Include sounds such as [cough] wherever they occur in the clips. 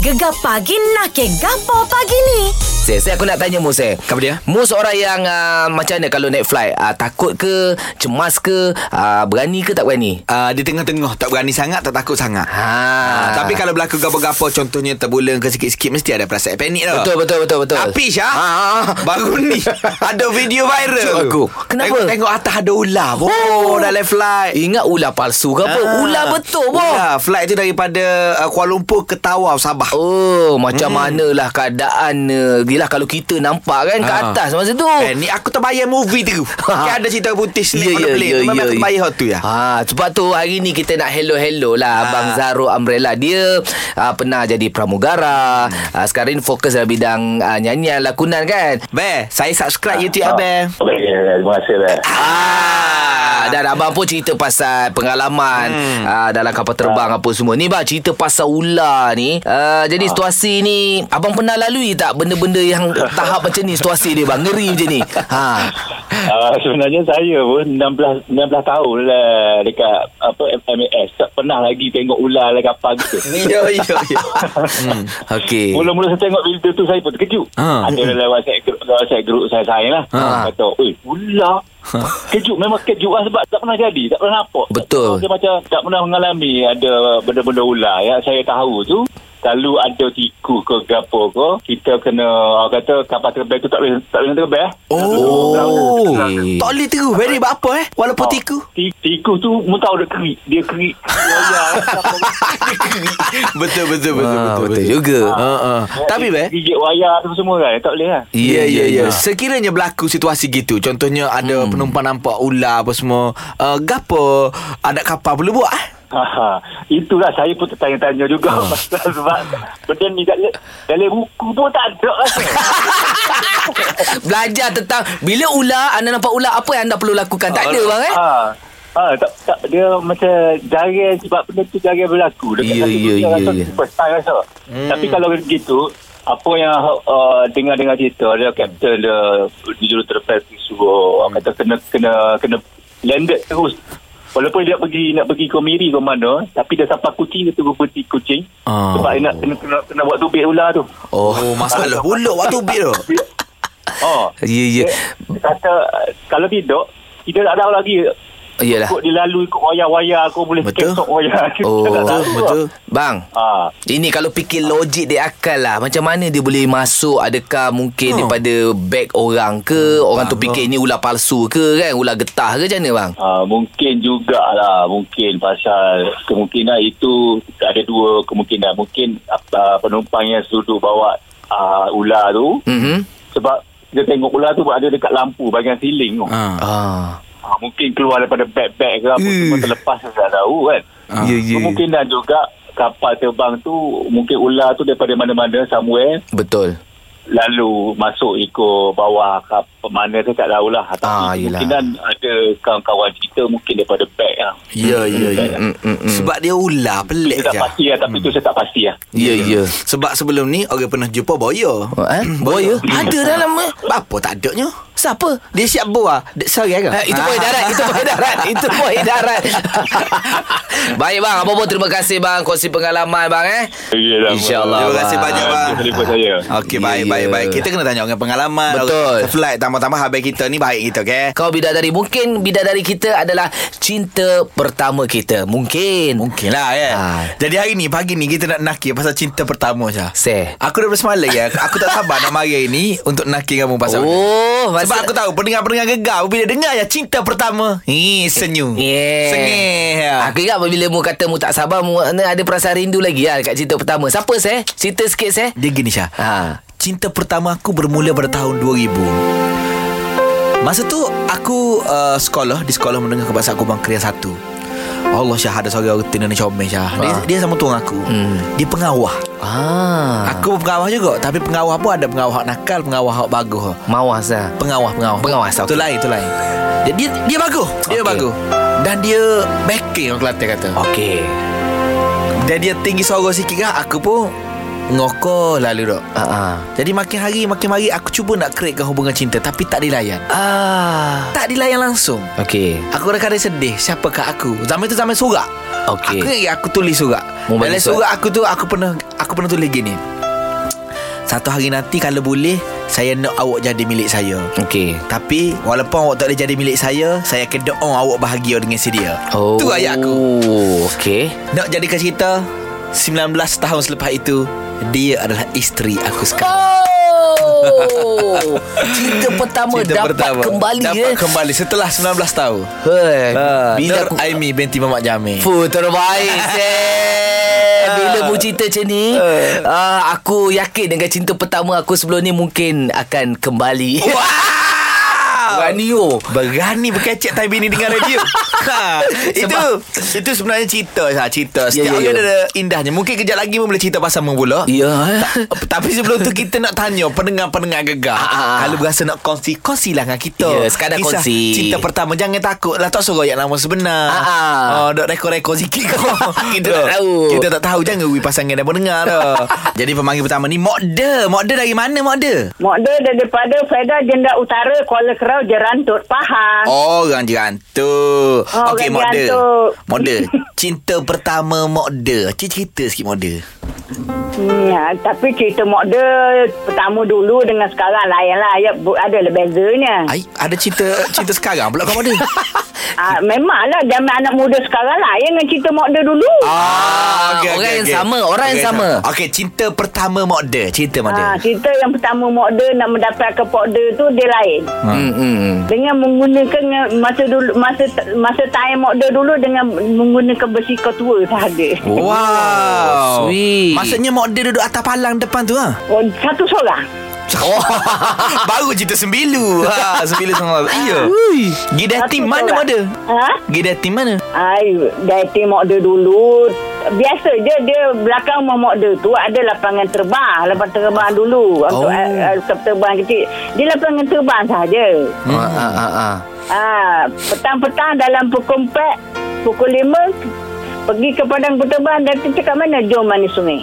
Gegar pagi nak ke gapo pagi ni? Saya, saya aku nak tanya Mus eh. Apa dia? Mus orang yang uh, macam mana kalau naik flight? Uh, takut ke? Cemas ke? Uh, berani ke tak berani? Uh, di tengah-tengah Tak berani sangat Tak takut sangat ha. Ha. Tapi kalau berlaku gapo-gapo Contohnya terbulang ke sikit-sikit Mesti ada perasaan panik tau Betul, betul, betul, betul. Tapi Syah Ha, ha, ha. Baru ni Ada video viral Cuk aku. Kenapa? Tengok, tengok atas ada ular Oh, oh. dalam flight Ingat ular palsu ke apa? Ah. Ular betul boh. Ular Flight tu daripada uh, Kuala Lumpur ke Tawau Sabah Oh, macam hmm. manalah keadaan uh, Yelah kalau kita nampak kan ke Ah. atas masa tu. Eh, ni aku terbayang movie [laughs] tu. kan ada cerita Ya, putih snake on the plane. Memang aku terbayang hot tu ya. Ha, sebab tu hari ni kita nak hello-hello lah ha. Ah. Abang Zaro Umbrella. Dia ha, pernah jadi pramugara. Ha, sekarang ni fokus dalam bidang ha, nyanyian lakonan kan. Be, saya subscribe YouTube ya, abang. Okey, terima kasih lah. Ah, dan abang pun cerita pasal pengalaman hmm. ah, dalam kapal terbang apa semua. Ni bang cerita pasal ular ni. Ah, jadi situasi ni abang pernah lalui tak benda-benda yang tahap macam ni situasi dia bang ngeri macam ni. Ha. Uh, sebenarnya saya pun 16 19 tahun lah dekat apa MAS tak pernah lagi tengok ular lah kapal gitu. Yo yo yo. Hmm. Okey. Mula-mula saya tengok video tu saya pun terkejut. Ha. Ada dalam WhatsApp group, dalam WhatsApp group saya saya lah. Ha. Kata, "Oi, ular." Kejut memang kejut lah sebab tak pernah jadi, tak pernah nampak. Betul. Saya macam tak pernah mengalami ada benda-benda ular ya. Saya tahu tu Lalu ada tikus ke gapo ke kita kena orang kata kapal terbang tu tak boleh tak boleh terbang eh. Oh. Okey. Tak boleh terus Very apa eh Walaupun Oh, tiku ti- Tikus tu Mu tahu dia kerik Dia kerik Royal Dia kerik [laughs] Betul betul betul Ah, betul. betul juga. Ha ah. Tapi be, Gigit wayar tu semua kan Tak boleh kan Ya ya ya. Sekiranya berlaku situasi gitu, contohnya ada penumpang nampak ular apa semua, uh, gapo anak kapal perlu buat? eh? Ha, Itulah saya pun tertanya-tanya juga pasal [laughs] sebab benda ni tak le- dalam buku pun tak ada lah, kan? rasa. Belajar tentang bila ular anda nampak ular apa yang anda perlu lakukan? Tak ada bang eh? ha. ha tak, tak, dia macam jarang sebab benda tu jarang berlaku. Dekat Ya, satu ya, dunia ya, rasa ya. Hmm. superstar rasa. Tapi kalau gitu apa yang uh, dengar-dengar cerita dia kapten dia juruterapis suruh orang kata kena kena kena landed terus Walaupun dia nak pergi nak pergi komiri ke mana, tapi dia sampai kucing dia tunggu peti kucing. Oh. Sebab dia nak kena, kena, kena buat tubik ular [laughs] tu. Oh, [laughs] oh masalah pula waktu bil tu. Oh. Ya ya. Dia kata eh, kalau tidak kita tak tahu lagi Iyalah. ikut dilalui ikut wayar-wayar aku boleh Betul. ketok wayar [laughs] Kita Oh, tak tahu. Betul. Bang, Ah, Ini kalau fikir logik dia akal lah Macam mana dia boleh masuk Adakah mungkin Hmm. daripada beg orang ke Orang tu bang, fikir ni ular palsu ke kan Ular getah ke macam mana bang ah, mungkin jugalah mungkin pasal kemungkinan itu ada dua kemungkinan mungkin ah, penumpang yang suruh bawa ah, ular tu mm-hmm. sebab kita tengok ular tu ada dekat lampu bahagian siling tu. Ha. ah. Ah, mungkin keluar daripada beg-beg ke apa Eh. semua terlepas saya tak tahu kan. Ah. Ya, ya. Kemungkinan juga kapal terbang tu mungkin ular tu daripada mana-mana somewhere Betul lalu masuk ikut bawah kapal mana tu tak tahulah. Ah, Tapi yelah. kemungkinan ada kawan-kawan kita mungkin daripada beg lah. Ya ya ya. Mm, mm, mm. Sebab dia ular pelik Saya tak je. pasti lah tapi tu saya tak pasti lah. Ya ya Sebab sebelum ni orang pernah jumpa boya. Oh, eh? Boya? hmm. Ada dalam eh? Apa tak adanya? Siapa? Dia siap buah. Dek sorry Ha? ke? Eh, itu [laughs] pun edaran Itu pun edaran Itu pun edaran [laughs] Baik bang Apa pun terima kasih bang Kongsi pengalaman bang eh Yelah, InsyaAllah Terima kasih bang. banyak bang. Telefon saya. Okey Ya, ya. baik baik baik. Kita kena tanya orang pengalaman. Betul. Orang flight tambah-tambah habis kita ni baik kita okey. Kau bidadari Mungkin bidadari kita adalah Cinta pertama kita Mungkin Mungkin lah ya. Ah. Jadi hari ni pagi ni kita nak nakir pasal cinta pertama je. Seh Aku dah semalam ya. Aku tak sabar nak mari ini untuk nakir kamu pasal. ni. Oh Sebab aku tahu pendengar-pendengar gegar bila dengar ya cinta pertama. Hi senyum. Yeah. Sengih. ya. Aku ingat bila mu kata mu tak sabar mu ada ada perasaan rindu lagi lah dekat cerita pertama. Siapa seh? Cerita sikit seh. Dia gini Syah. Ha. Cinta pertama aku bermula pada tahun 2000. Masa tu aku uh, sekolah di sekolah menengah kebangsaan aku Bangkria 1. Allah Syah ada seorang orang tenan comel Syah. Dia, Ah. dia sama tuang aku. Hmm. Dia pengawah. Ah. Aku pengawah juga tapi pengawah pun ada pengawah hak nakal, pengawah hak bagus. mawas lah. Pengawah, pengawah. Pengawas, Tu okey. lain, tu lain. Dia dia, dia bagus. Dia Okey. okay. bagus. Dan dia backing orang Kelantan kata. Okey. Dan dia tinggi suara sikit kan aku pun ngokor lalu dok. Ha ah. Jadi makin hari makin hari aku cuba nak createkan hubungan cinta tapi tak dilayan. Ah. Tak dilayan langsung. Okey. Aku kadang-kadang sedih Siapakah aku Zaman tu zaman surat Okey. Aku ingat aku tulis surat. Mu bagi Dalam surat. surat aku tu aku pernah aku pernah tulis gini. Satu hari nanti kalau boleh saya nak awak jadi milik saya. Okey. Tapi walaupun awak tak boleh jadi milik saya, saya akan doa awak bahagia dengan sedia. Oh. Tu ayat aku. Okey. Nak jadikan cerita 19 tahun selepas itu Dia adalah isteri aku sekarang Oh. Cinta pertama Cerita dapat kembali eh. Dapat kembali Setelah 19 tahun Hei, uh, bila Bila aku Aimi binti Mamat Jami Fu terbaik Ha. Zed. Bila mu cerita macam ni uh, Aku yakin dengan cinta pertama aku sebelum ni Mungkin akan kembali Berani yo Berani berkecek time ini dengan [laughs] radio ha, Itu Itu sebenarnya cerita sah, Cerita ya, Setiap yeah, yeah, ya. ada indahnya Mungkin kejap lagi pun boleh cerita pasal mu pula Ya Tapi sebelum tu kita nak tanya pendengar-pendengar gegar. Ah. Kalau berasa nak kongsi, kongsilah dengan kita. Ya, sekadar kongsi. Cinta pertama jangan takut lah tak suruh yang nama sebenar. Ah, ah. Oh, dok rekod-rekod sikit kau. [laughs] Kita tak tahu. Kita tak tahu jangan we pasangan dan pendengar dah. [laughs] Jadi pemanggil pertama ni Mokda. Mokda dari mana Mokda? Mokda daripada Fedah Jenda Utara Kuala Kerau Oh. Jerantut Pahang. Orang jerantuk. Orang Okey Mokda. jerantuk. Mokda. Cinta pertama Mokda. Cerita sikit Mokda. Hmm, ya, tapi cerita Mokda pertama dulu dengan sekarang lain lah. Ya, bu- ada lah bezanya. Ai, ada cerita cerita sekarang pula kau Mokda. Ah, memanglah zaman anak muda sekarang lain dengan cerita Mokda dulu. [laughs] Ah, okey, orang yang sama, orang yang sama. Okey, cinta pertama Mokda, cerita Mokda. Ah, cerita yang pertama Mokda nak mendapatkan Pokda tu dia lain. Ha. hmm, hmm. Dengan menggunakan dengan masa dulu masa masa time Mokda dulu dengan menggunakan besi ketua sahaja. Wow. Oh, sweet. Maksudnya Mokda duduk atas palang depan tu ha. Oh, satu seorang. Oh, [laughs] baru cerita sembilu. Ha, Ah. sembilu sama. Iya. Gidati Satu mana seorang. Mokda? Ha? Gidati mana? Ai, dating mak dia dulu. Biasa je dia belakang rumah mak dia tu ada lapangan terbang, lapangan terbang dulu. Oh. Untuk uh, terbang kecil. Dia lapangan terbang saja. Hmm. Ah, ah, ah, ah. Ah, petang-petang dalam pukul 4, pukul 5 pergi ke padang berterbang dan tu cakap mana jom mandi sungai.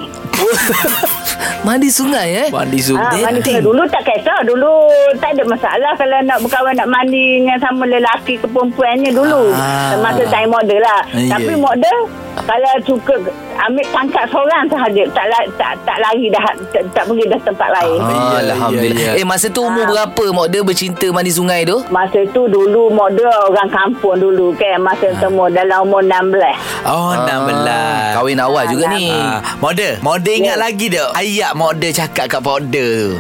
Mandi sungai eh Mandi sungai. Ah, mandi sungai dulu tak kisah. Dulu tak ada masalah kalau nak berkawan nak mandi dengan sama lelaki ke perempuannya dulu. Ah. Ah. Masa time model lah. Ya. Tapi model kalau suka ambil pangkat seorang sahaja tak la- tak tak lari dah tak, tak pergi dah tempat lain. Ah. Ah, Ya, ya, Alhamdulillah ya. Eh masa tu umur berapa Mok dia bercinta mandi sungai tu Masa tu dulu model orang kampung dulu kan Ah. masa ha. temu dalam umur 16. Oh, enam Ah, belas. Kahwin awal juga ni Ah, Mokda, Mokda ingat lagi dah ayat Mokda cakap kat Mokda tu.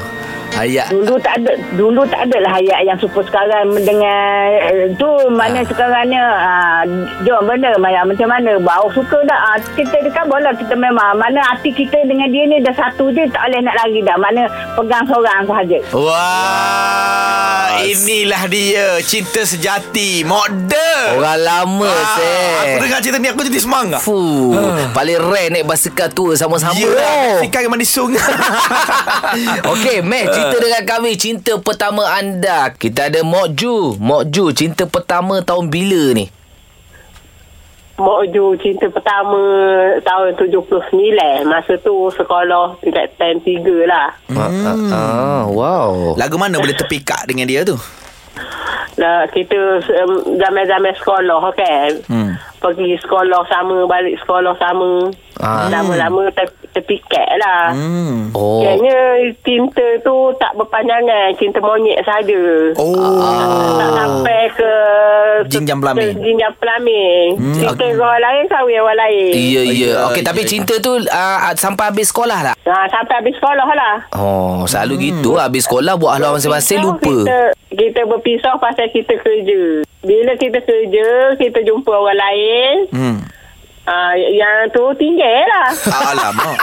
Ayat Dulu tak ada dulu tak ada lah hayat yang super sekarang dengan eh, tu mana sekarangnya ah, jom benda Maya macam mana bau suka dah ah, kita dekat bola kita memang mana hati kita dengan dia ni dah satu je tak boleh nak lari dah mana pegang seorang sahaja Wah, inilah dia cinta sejati Mokda. Orang lama ah, Ha. Aku Seh dengar cerita ni Aku jadi semangat Fu Paling rare naik basikal tua Sama-sama Ya yeah. Sikang mandi sungai [laughs] Okey, Meh, cerita dengan kami cinta pertama anda. Kita ada Mok Ju. Mok Ju, cinta pertama tahun bila ni? Mak Ju cinta pertama tahun 79 masa tu sekolah tingkat time 3 lah Hmm. Ah, wow. [laughs] Lagu mana boleh terpikat dengan dia tu lah kita um, zaman-zaman sekolah kan hmm. pergi sekolah sama balik sekolah sama Ah. lama-lama ter, terpikat lah hmm. Oh. Ya, Kayaknya cinta tu tak berpanjangan Cinta monyet saja. Oh Tak sampai ke Jinjam ke- pelamin. ke Jinjam pelamin hmm. Cinta okay. orang lain Kahwin orang lain Iya, iya. Ya, Okey, tapi ya, cinta tu ah, sampai habis sekolah tak? ha, Sampai habis sekolah lah Oh, selalu gitu habis sekolah buat haluan masing-masing Oh, Pisau, Kita, lupa. kita berpisah pasal kita kerja. Bila kita kerja, kita jumpa orang lain. Hmm. Uh, yang tu tinggal [laughs] lah. Alamak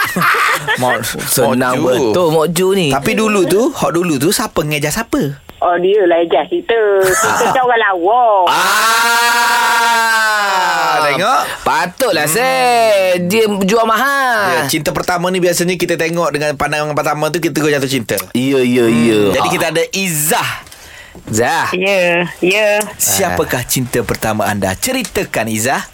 Mak Senang Mak Ju. betul Mok Ju ni. Tapi dulu tu Hak dulu tu Siapa ngejar siapa Oh, dia lah ejas kita. Kita kan orang lawa. Ah Tengok Patutlah, Seh. Dia jual Ya, mahal. cinta pertama ni biasanya kita tengok dengan pandangan pertama tu kita terus jatuh cinta. Ya, ya, ya. Jadi kita ada Izzah. Zah. ya yeah, ya yeah. Eh. Siapakah cinta pertama anda? Ceritakan Izzah. [laughs]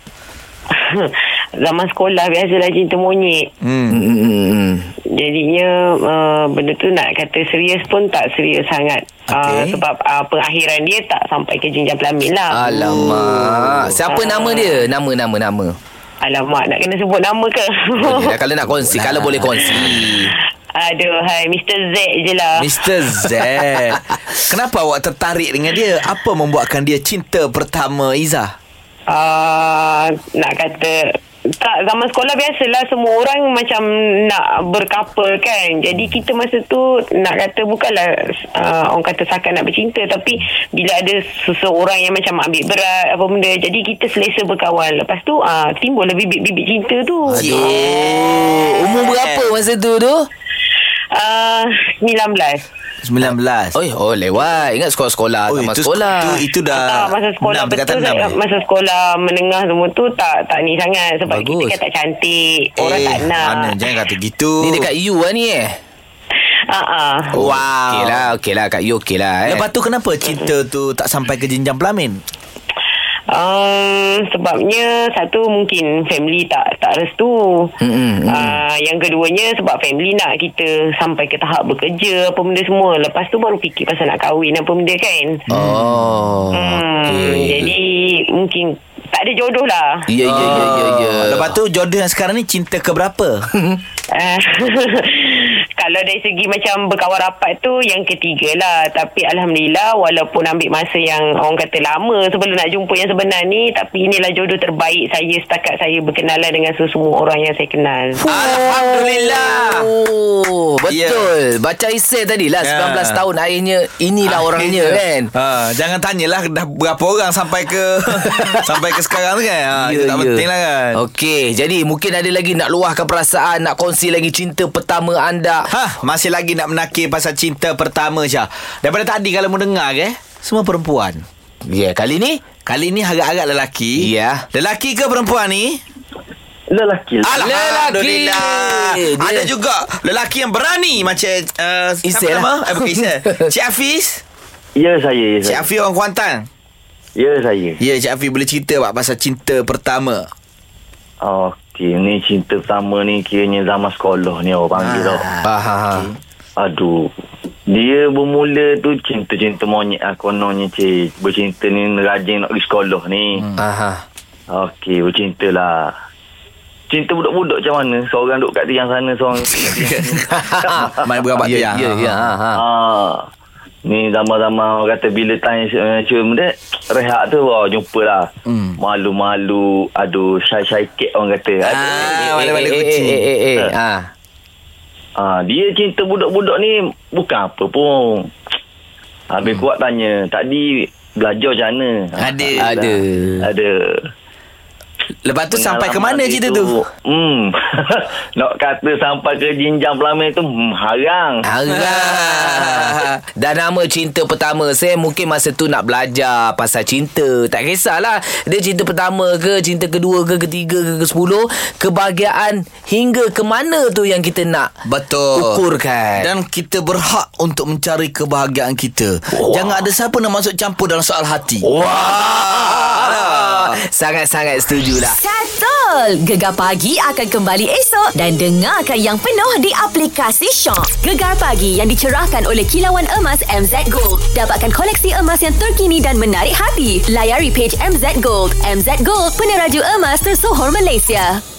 zaman sekolah biasalah cinta monyet. Hmm. Hmm, hmm, hmm. Jadinya uh, benda tu nak kata serius pun tak serius sangat. Okay. Uh, Okey. sebab uh, pengakhiran dia tak sampai ke jenjang pelamin lah. Alamak. Siapa Ah. nama dia? Nama nama nama. Alamak, nak kena sebut nama ke? Oh, lah. yelah, kalau nak kongsi, kalau boleh [laughs] kongsi. [laughs] Aduh, hai. Mr. Z je lah. Mr. Z Kenapa awak tertarik dengan dia Apa membuatkan dia cinta pertama Izzah Ah, nak kata tak zaman sekolah biasalah semua orang macam nak berkapal kan jadi kita masa tu nak kata bukanlah uh, orang kata sakan nak bercinta tapi bila ada seseorang yang macam ambil berat apa benda jadi kita selesa berkawan lepas tu uh, timbullah bibit-bibit cinta tu Aduh. Umur berapa masa tu tu? uh, 19 19 Oh, oh lewat. Ingat sekolah-sekolah, oh, taman itu, sekolah. itu, itu dah tak Ah, masa sekolah Ah, enam, betul dekatan enam saya, eh? masa sekolah menengah semua tu tak tak ni sangat sebab Bagus. kita kan tak cantik orang eh, tak nak Mana jangan kata gitu Ni dekat U lah ni eh. uh-uh. Wow Okey lah, okey lah. Kat U okey lah eh. Lepas tu kenapa cinta tu tak sampai ke jenjang pelamin? Um, sebabnya satu mungkin family tak tak restu. Hmm. Mm-mm, mm-mm. Uh, yang keduanya sebab family nak kita sampai ke tahap bekerja apa benda semua. Lepas tu baru fikir pasal nak kahwin apa benda kan. Oh. Hmm, okey. jadi mungkin tak ada jodoh lah. Ya, ya, ya, ya, ya. Lepas tu jodoh yang sekarang ni cinta ke berapa? Uh, [laughs] kalau dari segi macam berkawan rapat tu yang ketiga lah tapi Alhamdulillah walaupun ambil masa yang orang kata lama sebelum nak jumpa yang sebenar ni tapi inilah jodoh terbaik saya setakat saya berkenalan dengan semua orang yang saya kenal Alhamdulillah. Oh, Ya. betul. Baca Isel tadi lah Ya. 19 tahun akhirnya inilah orangnya kan. ha, Jangan tanyalah Dah berapa orang Sampai ke Sampai ke sekarang tu kan ha, Ya, Itu tak penting lah kan Okey, jadi mungkin ada lagi nak luahkan perasaan, nak kongsi lagi cinta pertama anda. Ha, masih lagi nak menakir pasal cinta pertama Syah. Daripada tadi kalau mendengar ke, semua perempuan. Ya, yeah, kali ni Kali ni agak-agak lelaki. Ya. Lelaki ke perempuan ni? Lelaki lah. Lelaki. Dia- Ada juga lelaki yang berani macam uh, siapa Isel nama? lah. Eh, bukan Isel. Cik Hafiz. Ya saya. Ya Cik saya. Hafiz orang Kuantan. Ya, saya. Ya, Cik Hafiz boleh cerita pak pasal cinta pertama. Okey, ni cinta pertama ni kiranya zaman sekolah ni orang panggil tau. Ha ha ha. Aduh. Dia bermula tu cinta-cinta monyet lah kononnya cik. Bercinta ni rajin nak pergi sekolah ni. Hmm. Ha ha. Okey, bercinta lah. Cinta budak-budak macam mana? Seorang duduk kat tiang sana, [laughs] seorang... Ha, Main berapa tu Ya, yang. ya, ya. Ha ha. ah. Ni zaman-zaman orang kata bila tanya uh, cium dia, rehat tu, wah, jumpa lah. Malu-malu, aduh, syai-syai kek orang kata. Aduh. Hmm. Ah, balik-balik Eh, eh, kucing. Eh, eh, eh, eh. Ha. Ha, dia cinta budak-budak ni bukan apa pun. Habis kuat tanya, tadi belajar macam mana? Hmm. Ah, Ada. Ada. Ada. Lepas tu sampai ke mana Pengalaman cerita itu, tu? Hmm. [laughs] Nak kata sampai ke jinjang pelamin tu, hmm, harang. Ah, Harap. Dan nama cinta pertama saya mungkin masa tu nak belajar pasal cinta. Tak kisahlah. Dia cinta pertama ke, cinta kedua ke, ketiga ke, ke sepuluh. Kebahagiaan hingga ke mana tu yang kita nak. Betul Ukurkan. Dan kita berhak Untuk mencari kebahagiaan kita wow. Jangan ada siapa Nak masuk campur Dalam soal hati Wah. Sangat-sangat lah. setujulah. Settle! Gegar pagi akan kembali esok dan dengarkan yang penuh di aplikasi Shock. Gegar pagi yang dicerahkan oleh kilauan emas MZ Gold. Dapatkan koleksi emas yang terkini dan menarik hati. Layari page MZ Gold. MZ Gold, peneraju emas tersohor Malaysia.